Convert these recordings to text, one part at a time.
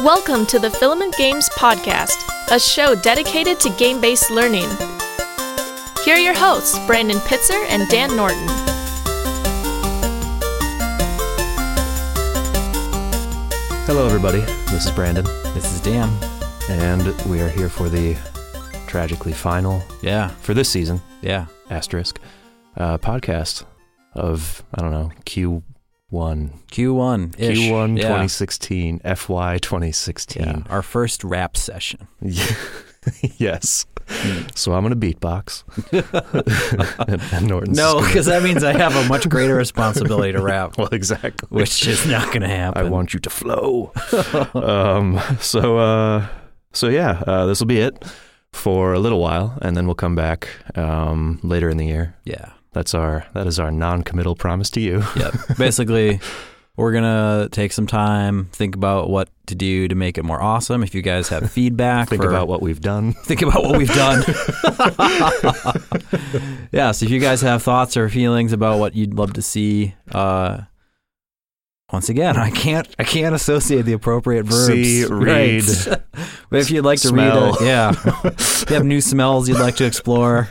Welcome to the Filament Games Podcast, a show dedicated to game based learning. Here are your hosts, Brandon Pitzer and Dan Norton. Hello, everybody. This is Brandon, This is Dan. and we are here for the tragically final Yeah, for this season yeah. asterisk uh, podcast of I don't know Q one Q1 ish. Q one yeah. 2016 FY 2016. Yeah, our first rap session. yes. Hmm. So I'm gonna beatbox. and, and Norton's No, gonna- because that means I have a much greater responsibility to rap, well, exactly. which is not going to I happen. want you to flow. um, so, uh, so yeah, uh, this will be it for a little while, and then we'll come back um, later in the year. Yeah. That's our that is our non-committal promise to you. Yep. Basically, we're going to take some time, think about what to do to make it more awesome. If you guys have feedback, Think or- about what we've done. think about what we've done. yeah, so if you guys have thoughts or feelings about what you'd love to see, uh, once again, I can't I can't associate the appropriate verbs. See, read, Right. but if you'd like to smell. read it, yeah. if you have new smells you'd like to explore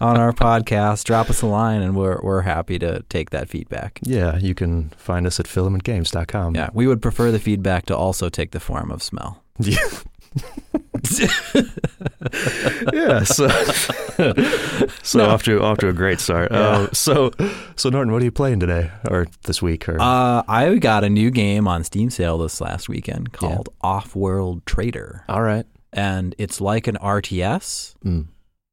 on our podcast, drop us a line and we're we're happy to take that feedback. Yeah, you can find us at filamentgames.com. Yeah, we would prefer the feedback to also take the form of smell. yeah. So, so No. off to off to a great start. Uh, Yeah. so, so Norton, what are you playing today or this week or Uh, I got a new game on Steam sale this last weekend called Off-World Trader, all right? and it's like an RTS, Mm.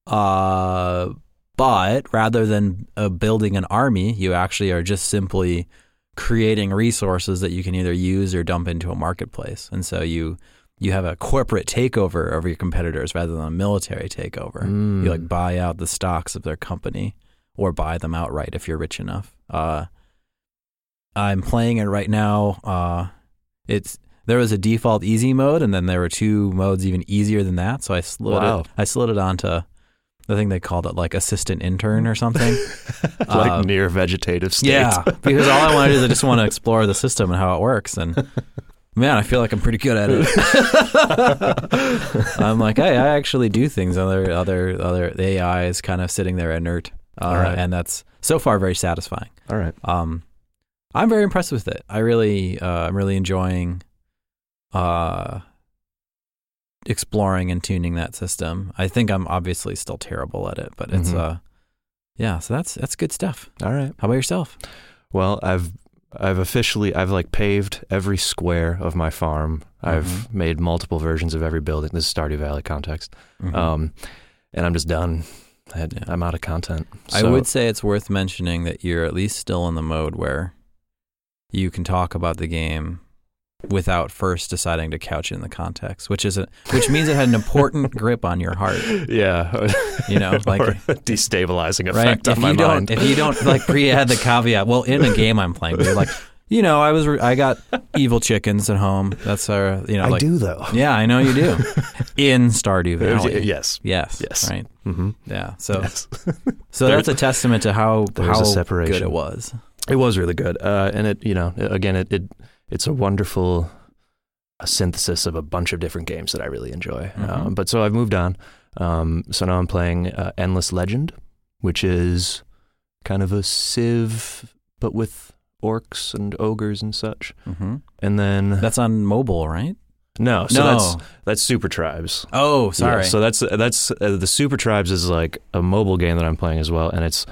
uh, but rather than uh, building an army, you actually are just simply creating resources that you can either use or dump into a marketplace, and so you you have a corporate takeover over your competitors rather than a military takeover. You like buy out the stocks of their company or buy them outright if you're rich enough. Uh, I'm playing it right now. Uh, it's there was a default easy mode, and then there were two modes even easier than that. So I slid Wow. it. I slid it onto. I think they called it like assistant intern or something. like uh, near vegetative state. yeah, because all I want to do is I just want to explore the system and how it works. And man, I feel like I'm pretty good at Uh, it. I'm like, hey, I actually do things. Other other other the AI is kind of sitting there inert, uh, All right. and that's so far very satisfying. All right. Um, I'm very impressed with it. I really, uh, I'm really enjoying uh, exploring and tuning that system. I think I'm obviously still terrible at it, but it's Mhm. uh, yeah. So that's that's good stuff. All right. How about yourself? Well, I've I've officially I've like paved every square of my farm. Mm-hmm. I've made multiple versions of every building. This is Stardew Valley context. Mhm. Um, and I'm just done. I, Yeah. I'm out of content. I So- would say it's worth mentioning that you're at least still in the mode where you can talk about the game without first deciding to couch it in the context, which is a, which means it had an important grip on your heart. Yeah. You know, like- Or a destabilizing Right? effect on if my you mind. don't, if you don't like pre-add the caveat, well, in a game I'm playing, but you're like, you Oh, know, I was re- I got evil chickens at home. That's our, you know, like, do though. yeah, I Oh, know you do in Stardew Valley. yes. Yes. Yes. Right. hmm Yeah. So, Yes. so There- that's a testament to how there's a how good separation. it was. It was really good. Uh, and it, you know, again, it, it it's a wonderful a synthesis of a bunch of different games that I really enjoy. Mhm. Um, but so I've moved on. Um, so now I'm playing uh, Endless Legend, which is kind of a Civ, but with orcs and ogres and such. hmm And then That's on mobile, right? no, so no. that's that's Super Tribes. oh, sorry. Yeah, so that's that's uh, the Super Tribes is like a mobile game that I'm playing as well, and it's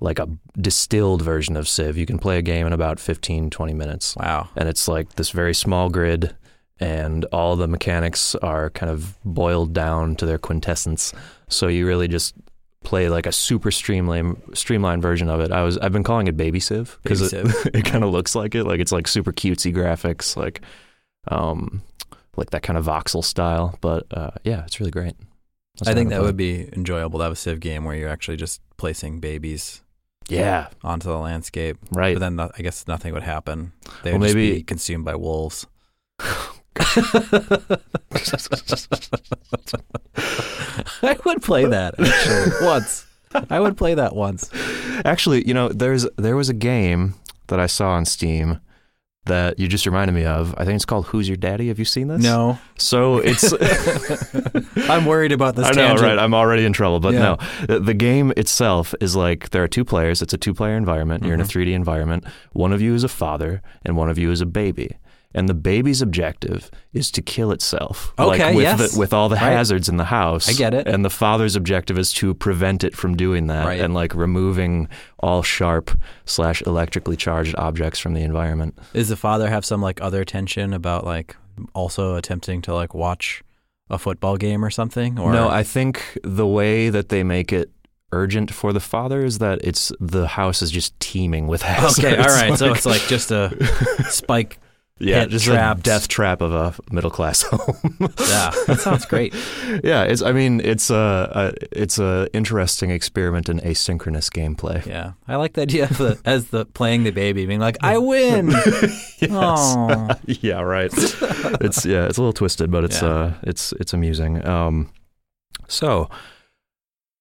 like a distilled version of Civ. You can play a game in about 15, 20 minutes, wow. and it's like this very small grid, and all the mechanics are kind of boiled down to their quintessence. So you really just play like a super streamlined streamlined version of it. I was I've been calling it Baby Civ because Baby it, Civ. it kind of looks like it, like it's like super cutesy graphics, like um like that kind of voxel style. But uh, yeah, it's really great. That's I what think I'm that gonna would be enjoyable to have a Civ game where you're actually just placing babies play. yeah onto the landscape. right. But then no- I guess nothing would happen. They Well, would just maybe- be consumed by wolves. I would play that actually once. I would play that once. Actually, you know, there's there was a game that I saw on Steam that you just reminded me of. I think it's called Who's Your Daddy? Have you seen this? No, So it's I'm worried about this. I know, tangent. right? I'm already in trouble. But Yeah. no, Uh, the, the game itself is like there are two players. It's a two-player environment. Mm-hmm. You're in a 3D environment. One of you is a father, and one of you is a baby. And the baby's objective is to kill itself. Okay, like with yes. the, with all the Right. hazards in the house. I get it. And the father's objective is to prevent it from doing that, Right. and like removing all sharp slash electrically charged objects from the environment. Does the father have some like other tension about like also attempting to like watch a football game or something? Or no, I think the way that they make it urgent for the father is that it's the house is just teeming with hazards. okay, all right. so Like- it's like just a spike. yeah, pit just traps. a death trap of a middle class home. Yeah, that sounds great. yeah, it's. I mean, it's a, a it's a interesting experiment in asynchronous gameplay. Yeah, I like the idea of the, as the playing the baby being like, I win. Oh, yeah, right. it's yeah, it's a little twisted, but it's Yeah. uh, it's it's amusing. Um, so.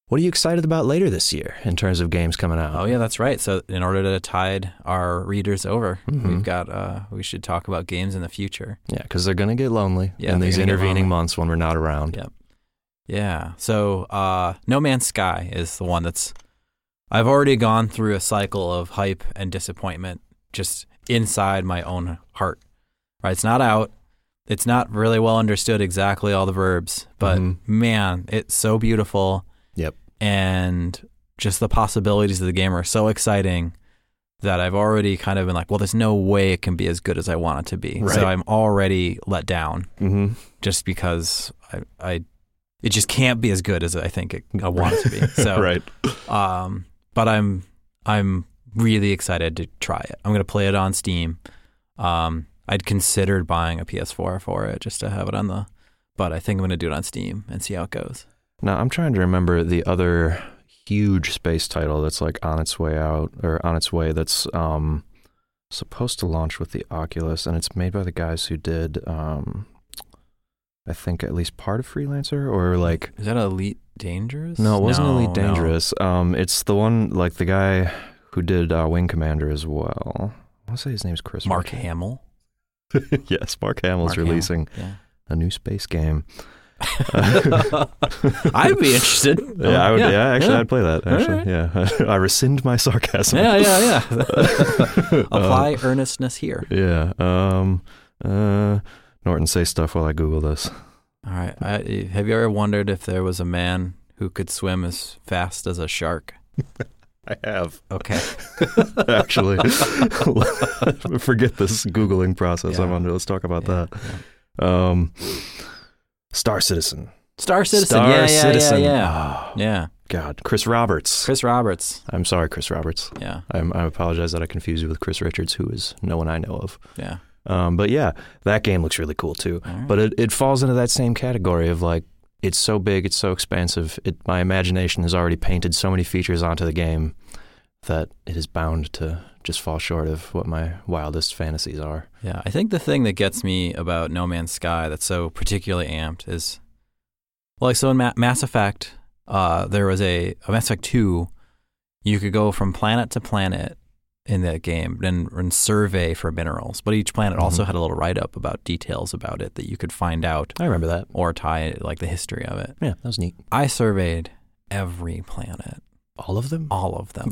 What are you excited about later this year in terms of games coming out? oh yeah, that's right. So in order to tide our readers over, Mhm. we've got uh, we should talk about games in the future. Yeah, because they're going to get lonely Yeah, in they're these gonna get lonely. intervening months when we're not around. Yeah. Yeah. So uh, No Man's Sky is the one that's. I've already gone through a cycle of hype and disappointment just inside my own heart. Right? It's not out. It's not really well understood exactly all the verbs, but Mhm. man, it's so beautiful. Yep. And just the possibilities of the game are so exciting that I've already kind of been like, well, there's no way it can be as good as I want it to be. Right. So I'm already let down Mm-hmm. just because I, I it just can't be as good as I think it, I want it to be. So, right. um, but I'm I'm really excited to try it. I'm gonna play it on Steam. Um, I'd considered buying a PS4 for it just to have it on the, but I think I'm gonna do it on Steam and see how it goes. Now, I'm trying to remember the other huge space title that's like on its way out or on its way that's um, supposed to launch with the Oculus, and it's made by the guys who did, um, I think, at least part of Freelancer or like Is that Elite Dangerous? No, it wasn't No, Elite no. Dangerous. Um, it's the one like the guy who did uh, Wing Commander as well. I want to say his name's Chris Mark Hamill. yes, Mark Hamill's Mark Hamill. releasing Yeah. a new space game. I'd be interested. Yeah, I would. Yeah, actually, yeah. I'd play that. All Actually, right. yeah, I rescind my sarcasm. Yeah, yeah, yeah. Apply Uh, earnestness here. yeah. Um. Uh. Norton, say stuff while I Google this. All right. I, have you ever wondered if there was a man who could swim as fast as a shark? I have Okay. actually. Forget this googling process Yeah. I'm under. Let's talk about Yeah, that. Um. Star Citizen. Star Citizen. Star yeah, yeah, Citizen. Yeah, yeah. Oh, yeah. God, Chris Roberts. Chris Roberts. I'm sorry, Chris Roberts. Yeah, I'm, I apologize that I confused you with Chris Richards, who is no one I know of. yeah. Um, but yeah, that game looks really cool too. All right. But it, it falls into that same category of like, it's so big, it's so expansive. It, my imagination has already painted so many features onto the game that it is bound to just fall short of what my wildest fantasies are. yeah, I think the thing that gets me about No Man's Sky that's so particularly amped is, like, so in Ma- Mass Effect, uh, there was a, a Mass Effect two, you could go from planet to planet in that game and, and survey for minerals, but each planet also Mhm. had a little write up about details about it that you could find out I remember that. or tie like the history of it. Yeah, that was neat. I surveyed every planet, All of them? all of them.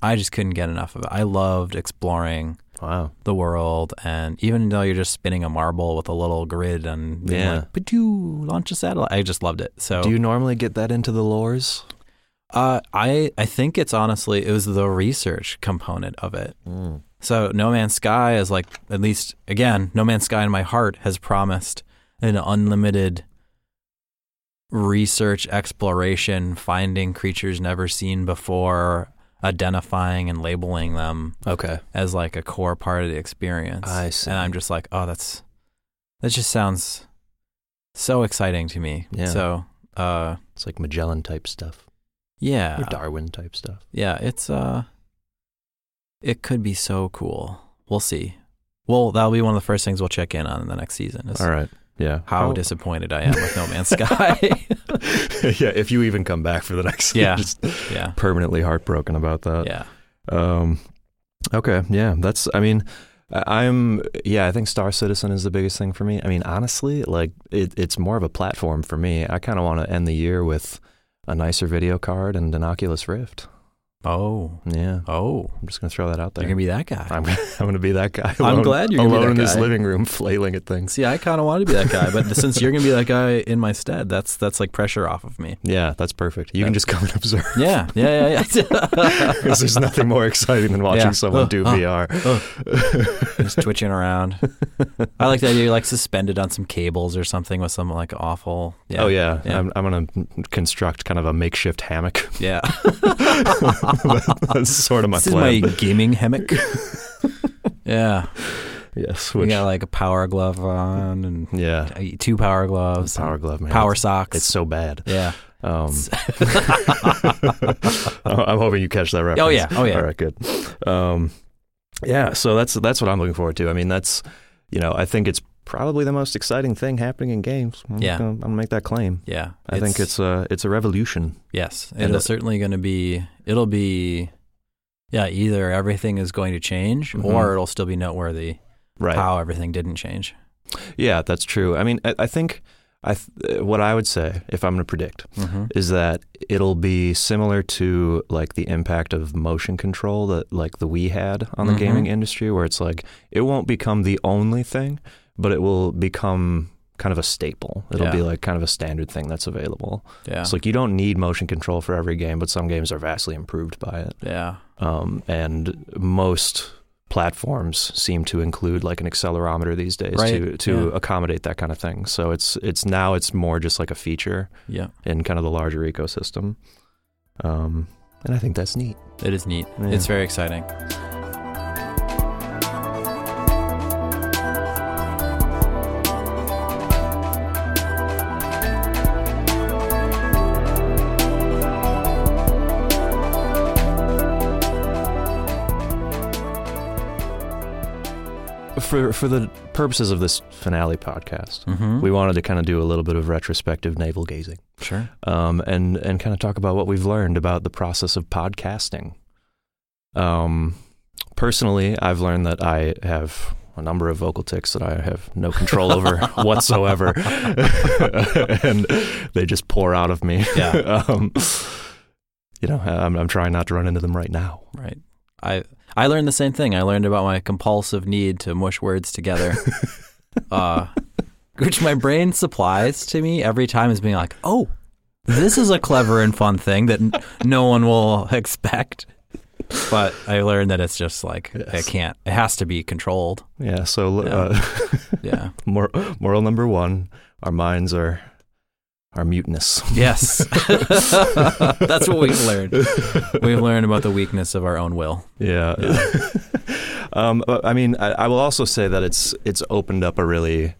I just couldn't get enough of it. I loved exploring Wow. the world, and even though you're just spinning a marble with a little grid and being Yeah. like, but you launch a satellite. I just loved it. So Do you normally get that into the lores? uh, I I think it's honestly it was the research component of it. So No Man's Sky is like at least again No Man's Sky in my heart has promised an unlimited research exploration finding creatures never seen before identifying and labeling them Okay. as like a core part of the experience. I see. And I'm just like, oh that's that just sounds so exciting to me. Yeah. So uh It's like Magellan type stuff yeah. or Darwin type stuff. Yeah, it's uh it could be so cool. We'll see. Well, that'll be one of the first things we'll check in on in the next season is All right. Yeah. how disappointed I am with No Man's Sky. yeah, if you even come back for the next Yeah. just yeah. Uh, permanently heartbroken about that. Yeah. Um okay, yeah, that's I mean I- I'm yeah, I think Star Citizen is the biggest thing for me. I mean, honestly, like it, it's more of a platform for me. I kind of want to end the year with a nicer video card and an Oculus Rift. Oh, Yeah, oh, I'm just gonna throw that out you're there. gonna be that guy. I'm, I'm gonna be that guy. I'm alone- glad you're gonna be alone that in this guy. living room flailing at things. See, I kind of want to be that guy, but since you're gonna be that guy in my stead, that's that's like pressure off of me. Yeah, that's perfect. You can just come and observe. Yeah, yeah, yeah. yeah. Because there's nothing more exciting than watching Yeah. someone Oh, do oh, VR. Just twitching around. I like the idea you're like suspended on some cables or something with some like awful. Yeah, Oh yeah, Yeah. I'm, I'm gonna construct kind of a makeshift hammock. yeah. That's sort of my this is my plan. gaming hammock. yeah, yes, we which got like a power glove on and yeah, uh, two power gloves, power glove man. and power It's, socks. it's so bad. yeah, Um, I'm hoping you catch that reference. Oh, yeah. Oh, yeah. All right, good. Um, yeah, so that's that's what I'm looking forward to. I mean, that's you know, I think it's probably the most exciting thing happening in games. I'm Yeah. gonna, I'm gonna make that claim. yeah. I think it's a it's a revolution. Yes, And it'll it- certainly going to be. It'll be, yeah. Either everything is going to change, Mhm. or it'll still be noteworthy Right. how everything didn't change. Yeah, that's true. I mean, I, I think I th- what I would say if I'm going to predict Mm-hmm. is that it'll be similar to like the impact of motion control that like the Wii had on the Mhm. gaming industry, where it's like it won't become the only thing, but it will become kind of a staple. It'll Yeah. be like kind of a standard thing that's available. Yeah, It's like you don't need motion control for every game, but some games are vastly improved by it. yeah, Um, and most platforms seem to include like an accelerometer these days Right, to to yeah. accommodate that kind of thing. So it's it's now it's more just like a feature yeah. in kind of the larger ecosystem. Um, and I think that's neat. It is neat. Yeah. It's very exciting. For for the purposes of this finale podcast, Mm-hmm. we wanted to kind of do a little bit of retrospective navel gazing. sure. um, and and kind of talk about what we've learned about the process of podcasting. Um, personally, I've learned that I have a number of vocal tics that I have no control over whatsoever, and they just pour out of me. Yeah. um, you know, I'm, I'm trying not to run into them right now. Right. I I learned the same thing. I learned about my compulsive need to mush words together, uh, which my brain supplies to me every time as being like, oh, this is a clever and fun thing that n- no one will expect. But I learned that it's just like Yes. it can't. It has to be controlled. Yeah. So, uh, Yeah. Yeah. mor- moral number one: our minds are are mutinous. yes. That's what we've learned. We've learned about the weakness of our own will. Yeah. um, but, I mean, I, I will also say that it's it's opened up a really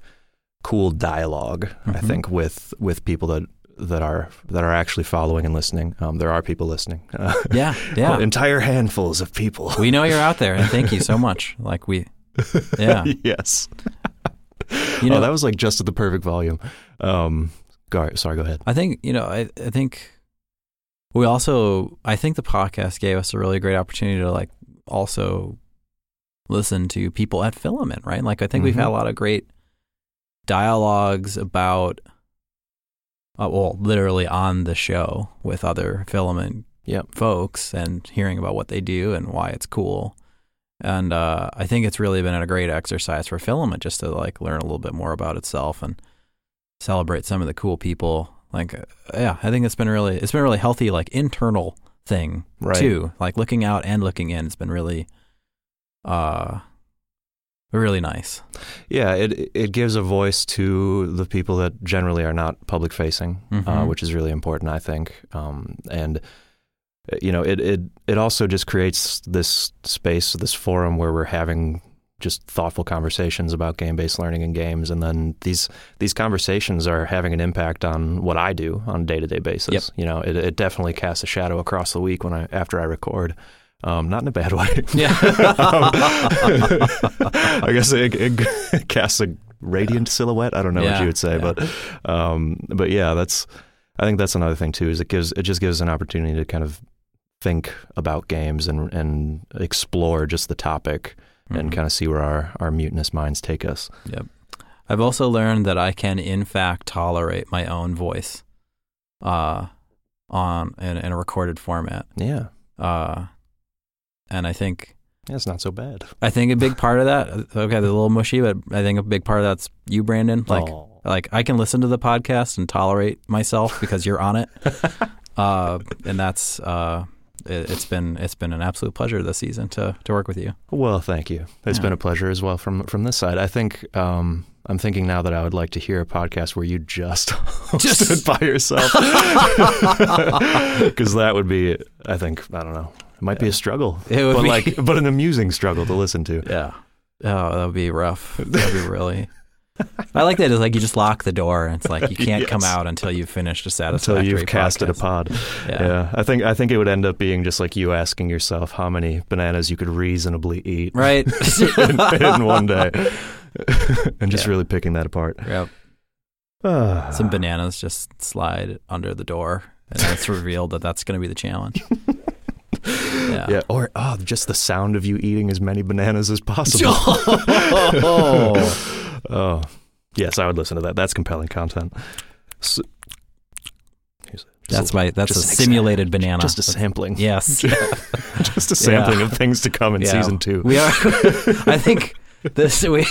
cool dialog I Mhm. think, with with people that that are that are actually following and listening. Um, there are people listening. Uh, Yeah. Yeah. Entire handfuls of people. we know you're out there, and thank you so much. Like we, yeah. yes. You oh, know, that was like just at the perfect volume. Um, gar- sorry, go ahead. I think you know. I, I think we also. I think the podcast gave us a really great opportunity to like also listen to people at Filament, right? Like I think we've had Mhm. a lot of great dialogues about, uh, well, literally on the show with other Filament Yep. folks and hearing about what they do and why it's cool. And uh, I think it's really been a great exercise for Filament just to like learn a little bit more about itself and celebrate some of the cool people. Like, uh, yeah, I think it's been really it's been a really healthy like internal thing Right. too. Like looking out and looking in, it's been really, uh, really nice. Yeah, it it gives a voice to the people that generally are not public facing, uh, Mhm. which is really important, I think. Um, and uh, you know, it it it also just creates this space, this forum where we're having just thoughtful conversations about game based learning in games, and then these these conversations are having an impact on what I do on a day to day basis. Yep. You know, it it definitely casts a shadow across the week when I after I record. Um, not in a bad way. Um, I guess it, it casts a radiant silhouette. I don't know what Yeah, you would say, yeah. but um, but yeah, that's I think that's another thing too. Is it gives it just gives an opportunity to kind of think about games and and explore just the topic Mm-hmm. and kind of see where our, our mutinous minds take us. I've also learned that I can, in fact, tolerate my own voice uh, on in, in a recorded format. Yeah, Uh, and I think that's not so bad. I think a big part of that uh, okay, they're a little mushy, but I think a big part of that's you, Brandon. Like Aw. like I can listen to the podcast and tolerate myself because you're on it. uh, and that's uh, it, it's been it's been an absolute pleasure this season to to work with you. Well, thank you. It's Yeah. been a pleasure as well from from this side. I think um, I'm thinking now that I would like to hear a podcast where you just Just- hosted by yourself, because that would be, I think, I don't know, it might be a struggle, It would but be- like, but an amusing struggle to listen to. Yeah. Oh, that would be rough. That would be really. I like that. It's like you just lock the door, and it's like you can't come Yes. out until you've finished a Until satisfactory. you've casted a podcast. pod. Yeah. Yeah. I think I think it would end up being just like you asking yourself how many bananas you could reasonably eat Right. in, in one day, and just Yeah. really picking that apart. Yep. Ah. Some bananas just slide under the door, and then it's revealed that that's going to be the challenge. Yeah. Yeah, or oh, just the sound of you eating as many bananas as possible. Oh. oh, yes, I would listen to that. That's compelling content. S- Here's a- just That's a- my. That's a just an ex- simulated banana. Just a sampling. yes. Just a sampling of things to come in Yeah. season two. We are. I think this we.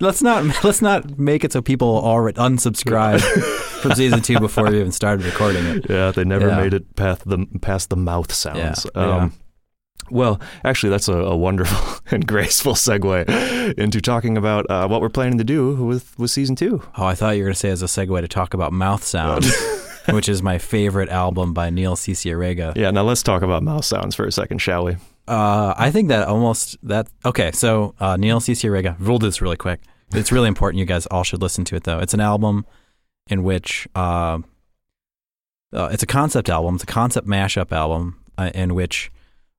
let's not let's not make it so people already unsubscribe from season two before we even started recording it. Yeah, they never Yeah. made it past the past the mouth sounds. Um, Yeah, yeah. Well, actually, that's a, a wonderful and graceful segue into talking about uh, what we're planning to do with with season two. Oh, I thought you were going to say as a segue to talk about Mouth Sounds, which is my favorite album by Neil Cicierega. Yeah, now let's talk about mouth sounds for a second, shall we? Uh, I think that almost that okay. So uh, Neil Cicierega, we'll do this really quick. It's really important. You guys all should listen to it though. It's an album in which uh, uh, it's a concept album. It's a concept mashup album uh, in which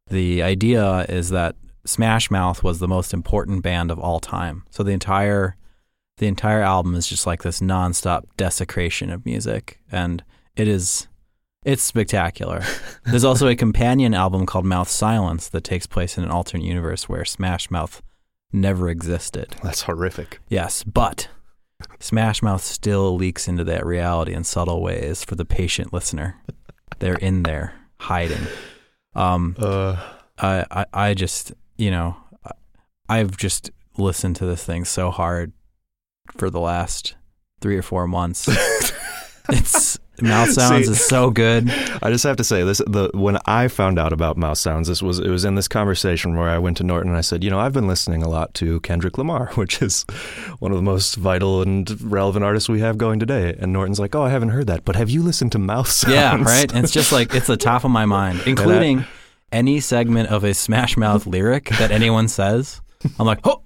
the idea is that Smash Mouth was the most important band of all time. So the entire the entire album is just like this nonstop desecration of music, and it is it's spectacular. There's also a companion album called Mouth Silence that takes place in an alternate universe where Smash Mouth never existed. That's horrific. Yes, but Smash Mouth still leaks into that reality in subtle ways for the patient listener. They're in there hiding. Um, Uh, I, I, I just, you know, I- I've just listened to this thing so hard for the last three or four months. it's Mouth Sounds See- is so good. I just have to say this: the when I found out about mouse sounds, this was it was in this conversation where I went to Norton and I said, you know, I've been listening a lot to Kendrick Lamar, which is one of the most vital and relevant artists we have going today. And Norton's like, oh, I haven't heard that, but have you listened to mouse sounds? Yeah, right. And it's just like it's the top of my mind, including any segment of a Smash Mouth lyric that anyone says. I'm like, oh,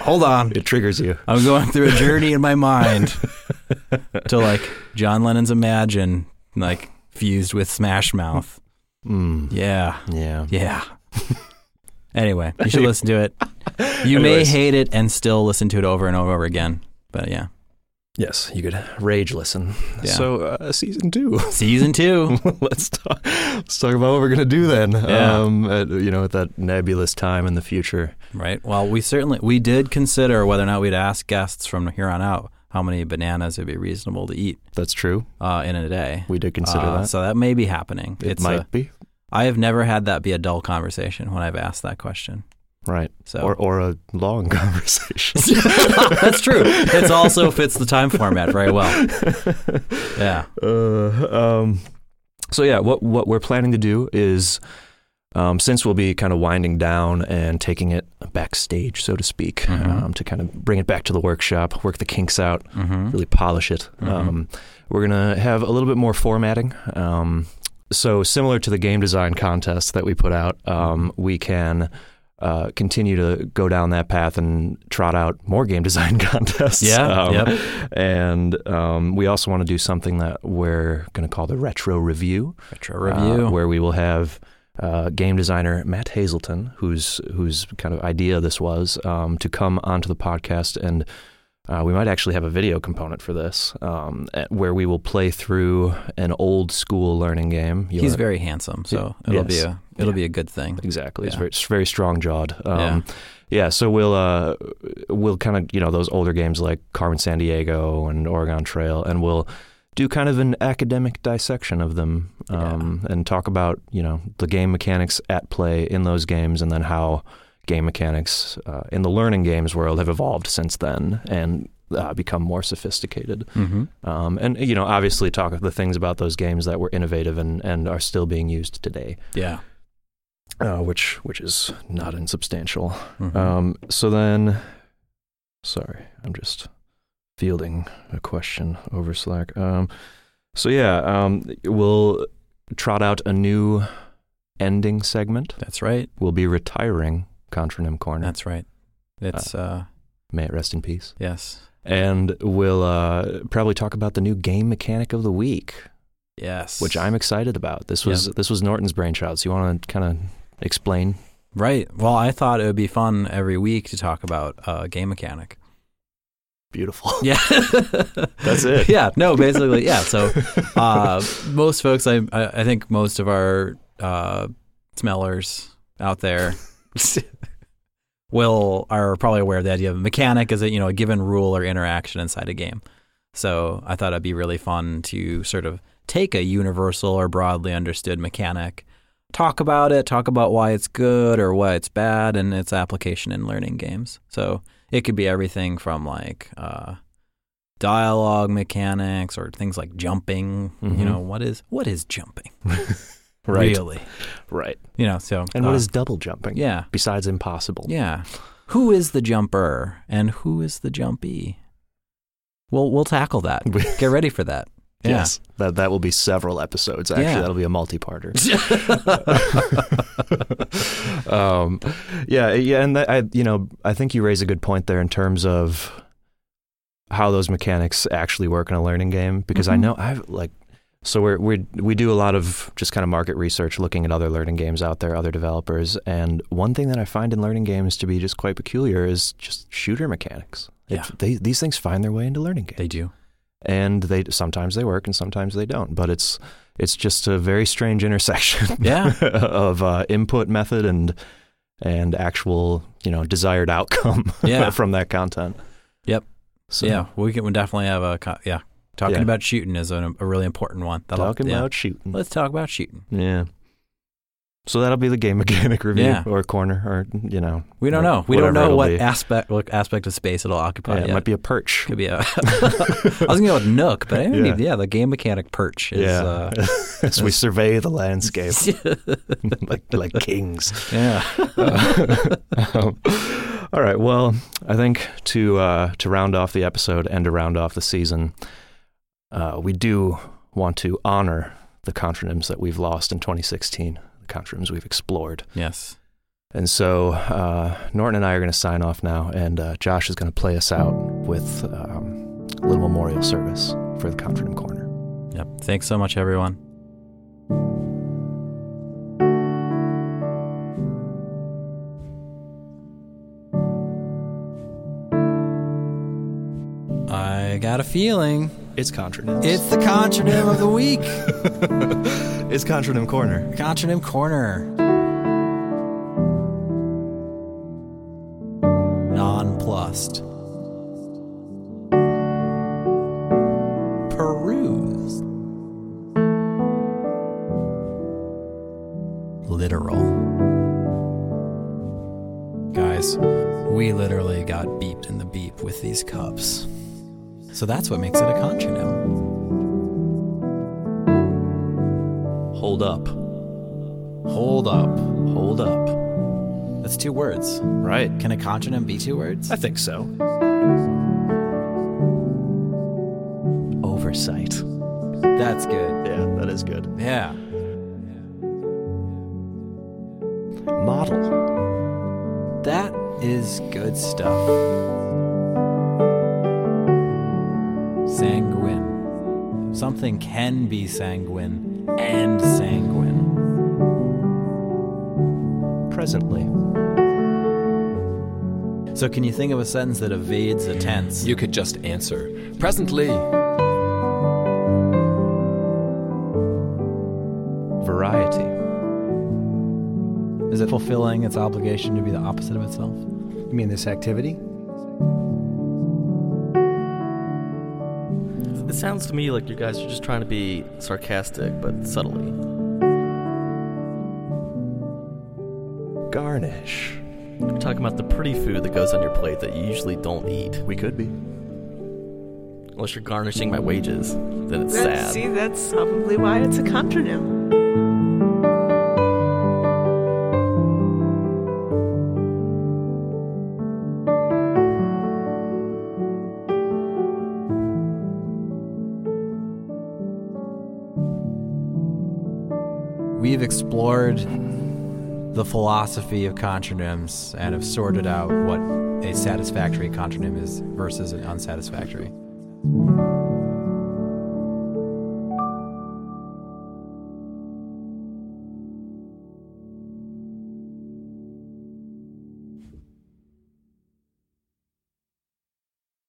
hold on. It triggers you. I'm going through a journey in my mind to like John Lennon's Imagine, like fused with Smash Mouth. Mm, Yeah, yeah. yeah. Anyway, you should listen to it. You Anyways. may hate it and still listen to it over and over again. But yeah, Yes, you could rage listen. Yeah. So uh, season two. season two. let's talk. Let's talk about what we're gonna do then. Yeah. Um, at, you know, at that nebulous time in the future. Right. Well, we certainly we did consider whether or not we'd ask guests from here on out how many bananas it'd be reasonable to eat That's true. uh, in a day. We did consider Uh, that. So that may be happening. it it's might A, be I have never had that be a dull conversation when I've asked that question. right. So or or a long conversation. that's true. It also fits the time format very well. Yeah. Uh, um, so yeah, what what we're planning to do is, um, since we'll be kind of winding down and taking it backstage, so to speak, Mhm. um, to kind of bring it back to the workshop, work the kinks out, Mm-hmm. really polish it. Mhm. Um, we're gonna have a little bit more formatting. Um, so similar to the game design contest that we put out, um, Mm-hmm. we can. Uh, continue to go down that path and trot out more game design contests. Yeah. Um, yep. and um, we also want to do something that we're going to call the retro review, Retro review. uh, where we will have uh, game designer Matt Hazelton, whose whose kind of idea this was, um, to come onto the podcast and Uh, we might actually have a video component for this, um, eh, where we will play through an old school learning game. You He's learn- very handsome, so it'll be Yes. a it'll be a good thing. exactly. He's Yeah. very, very strong jawed. Um, yeah. So we'll uh, we'll kind of you know those older games like Carmen San Diego and Oregon Trail, and we'll do kind of an academic dissection of them um, and talk about you know the game mechanics at play in those games, and then how game mechanics uh, in the learning games world have evolved since then and uh, become more sophisticated. Mm-hmm. Um, and you know, obviously, talk of the things about those games that were innovative and, and are still being used today, Yeah. uh, which which is not insubstantial. Mhm. Um, so then, sorry, I'm just fielding a question over Slack. Um, so yeah, um, we'll trot out a new ending segment. That's right. We'll be retiring Contronym Corner. That's right. It's uh May it rest in peace. yes. And we'll uh, probably talk about the new game mechanic of the week. Yes. which I'm excited about. This was this was Norton's brainchild. So you want to kind of explain? Right. Well, I thought it would be fun every week to talk about uh, game mechanic. Beautiful. Yeah. Oh. That's it. Yeah. No, basically, yeah. So uh, most folks, I, I I think most of our uh, smellers out there will are probably aware of the idea of mechanic is a, you know, a given rule or interaction inside a game. So I thought it'd be really fun to sort of take a universal or broadly understood mechanic, talk about it, talk about why it's good or why it's bad, and its application in learning games. So it could be everything from like uh, dialogue mechanics or things like jumping. You Mhm. know, what is what is jumping Right. really? Right. You know, so And what uh, is double jumping? yeah Besides impossible. yeah who is the jumper and who is the jumpy? We'll we'll tackle that. Get ready for that. Yeah. Yes. That that will be several episodes. Actually, Yeah. that'll be a multi-parter. um, yeah, yeah, and that, I, you know, I think you raise a good point there in terms of how those mechanics actually work in a learning game. Because I Mhm. know I've like, so we're we we do a lot of just kind of market research, looking at other learning games out there, other developers, and one thing that I find in learning games to be just quite peculiar is just shooter mechanics. It- Yeah. they, these things find their way into learning games They do. and they sometimes they work and sometimes they don't. But it's it's just a very strange intersection Yeah. of uh, input method and and actual you know desired outcome Yeah. from that content. Yep. So yeah, we can we definitely have a co- yeah. Talking Yeah. about shooting is a, a really important one. That'll- talking yeah. about shooting. Let's talk about shooting. yeah. So that'll be the game mechanic review Yeah. or corner or you know We don't wha- know. We whatever don't know it'll what be. Yeah, aspect what aspect of space it'll occupy. it yet. might be a perch. could be a. Oh, I was gonna go with Nook, but I yeah. Yeah. yeah, the game mechanic perch is. yeah, Uh, as we survey the landscape like like kings. yeah. Um, all right. Well, I think to uh, to round off the episode and to round off the season, uh, we do want to honor the contronyms that we've lost in 2016, the contronyms we've explored. Yes. And so uh, Norton and I are going to sign off now, and uh, Josh is going to play us out with um, a little memorial service for the contronym corner. Yep. Thanks so much, everyone. I got a feeling It's contronyms. it's the contronym of the week. it's contronym corner. Contronym corner. Nonplussed. Perused. Literal. Guys, we literally got beeped in the beep with these cups. So that's what makes it a contronym. Hold up. Hold up. Hold up. That's two words. Right. Can a contronym be two words? I think so. Oversight. That's good. Yeah, that is good. Yeah. Model. That is good stuff. Sanguine. Something can be sanguine and sanguine. Presently. So can you think of a sentence that evades a tense? You could just answer presently. Variety. Is it fulfilling its obligation to be the opposite of itself? You mean this activity? It sounds to me like you guys are just trying to be sarcastic, but subtly. Garnish. We're talking about the pretty food that goes on your plate that you usually don't eat. We could be. Unless you're garnishing my wages, then it's That's, see, sad. that's probably why it's a contronym. We've explored the philosophy of contronyms and have sorted out what a satisfactory contronym is versus an unsatisfactory.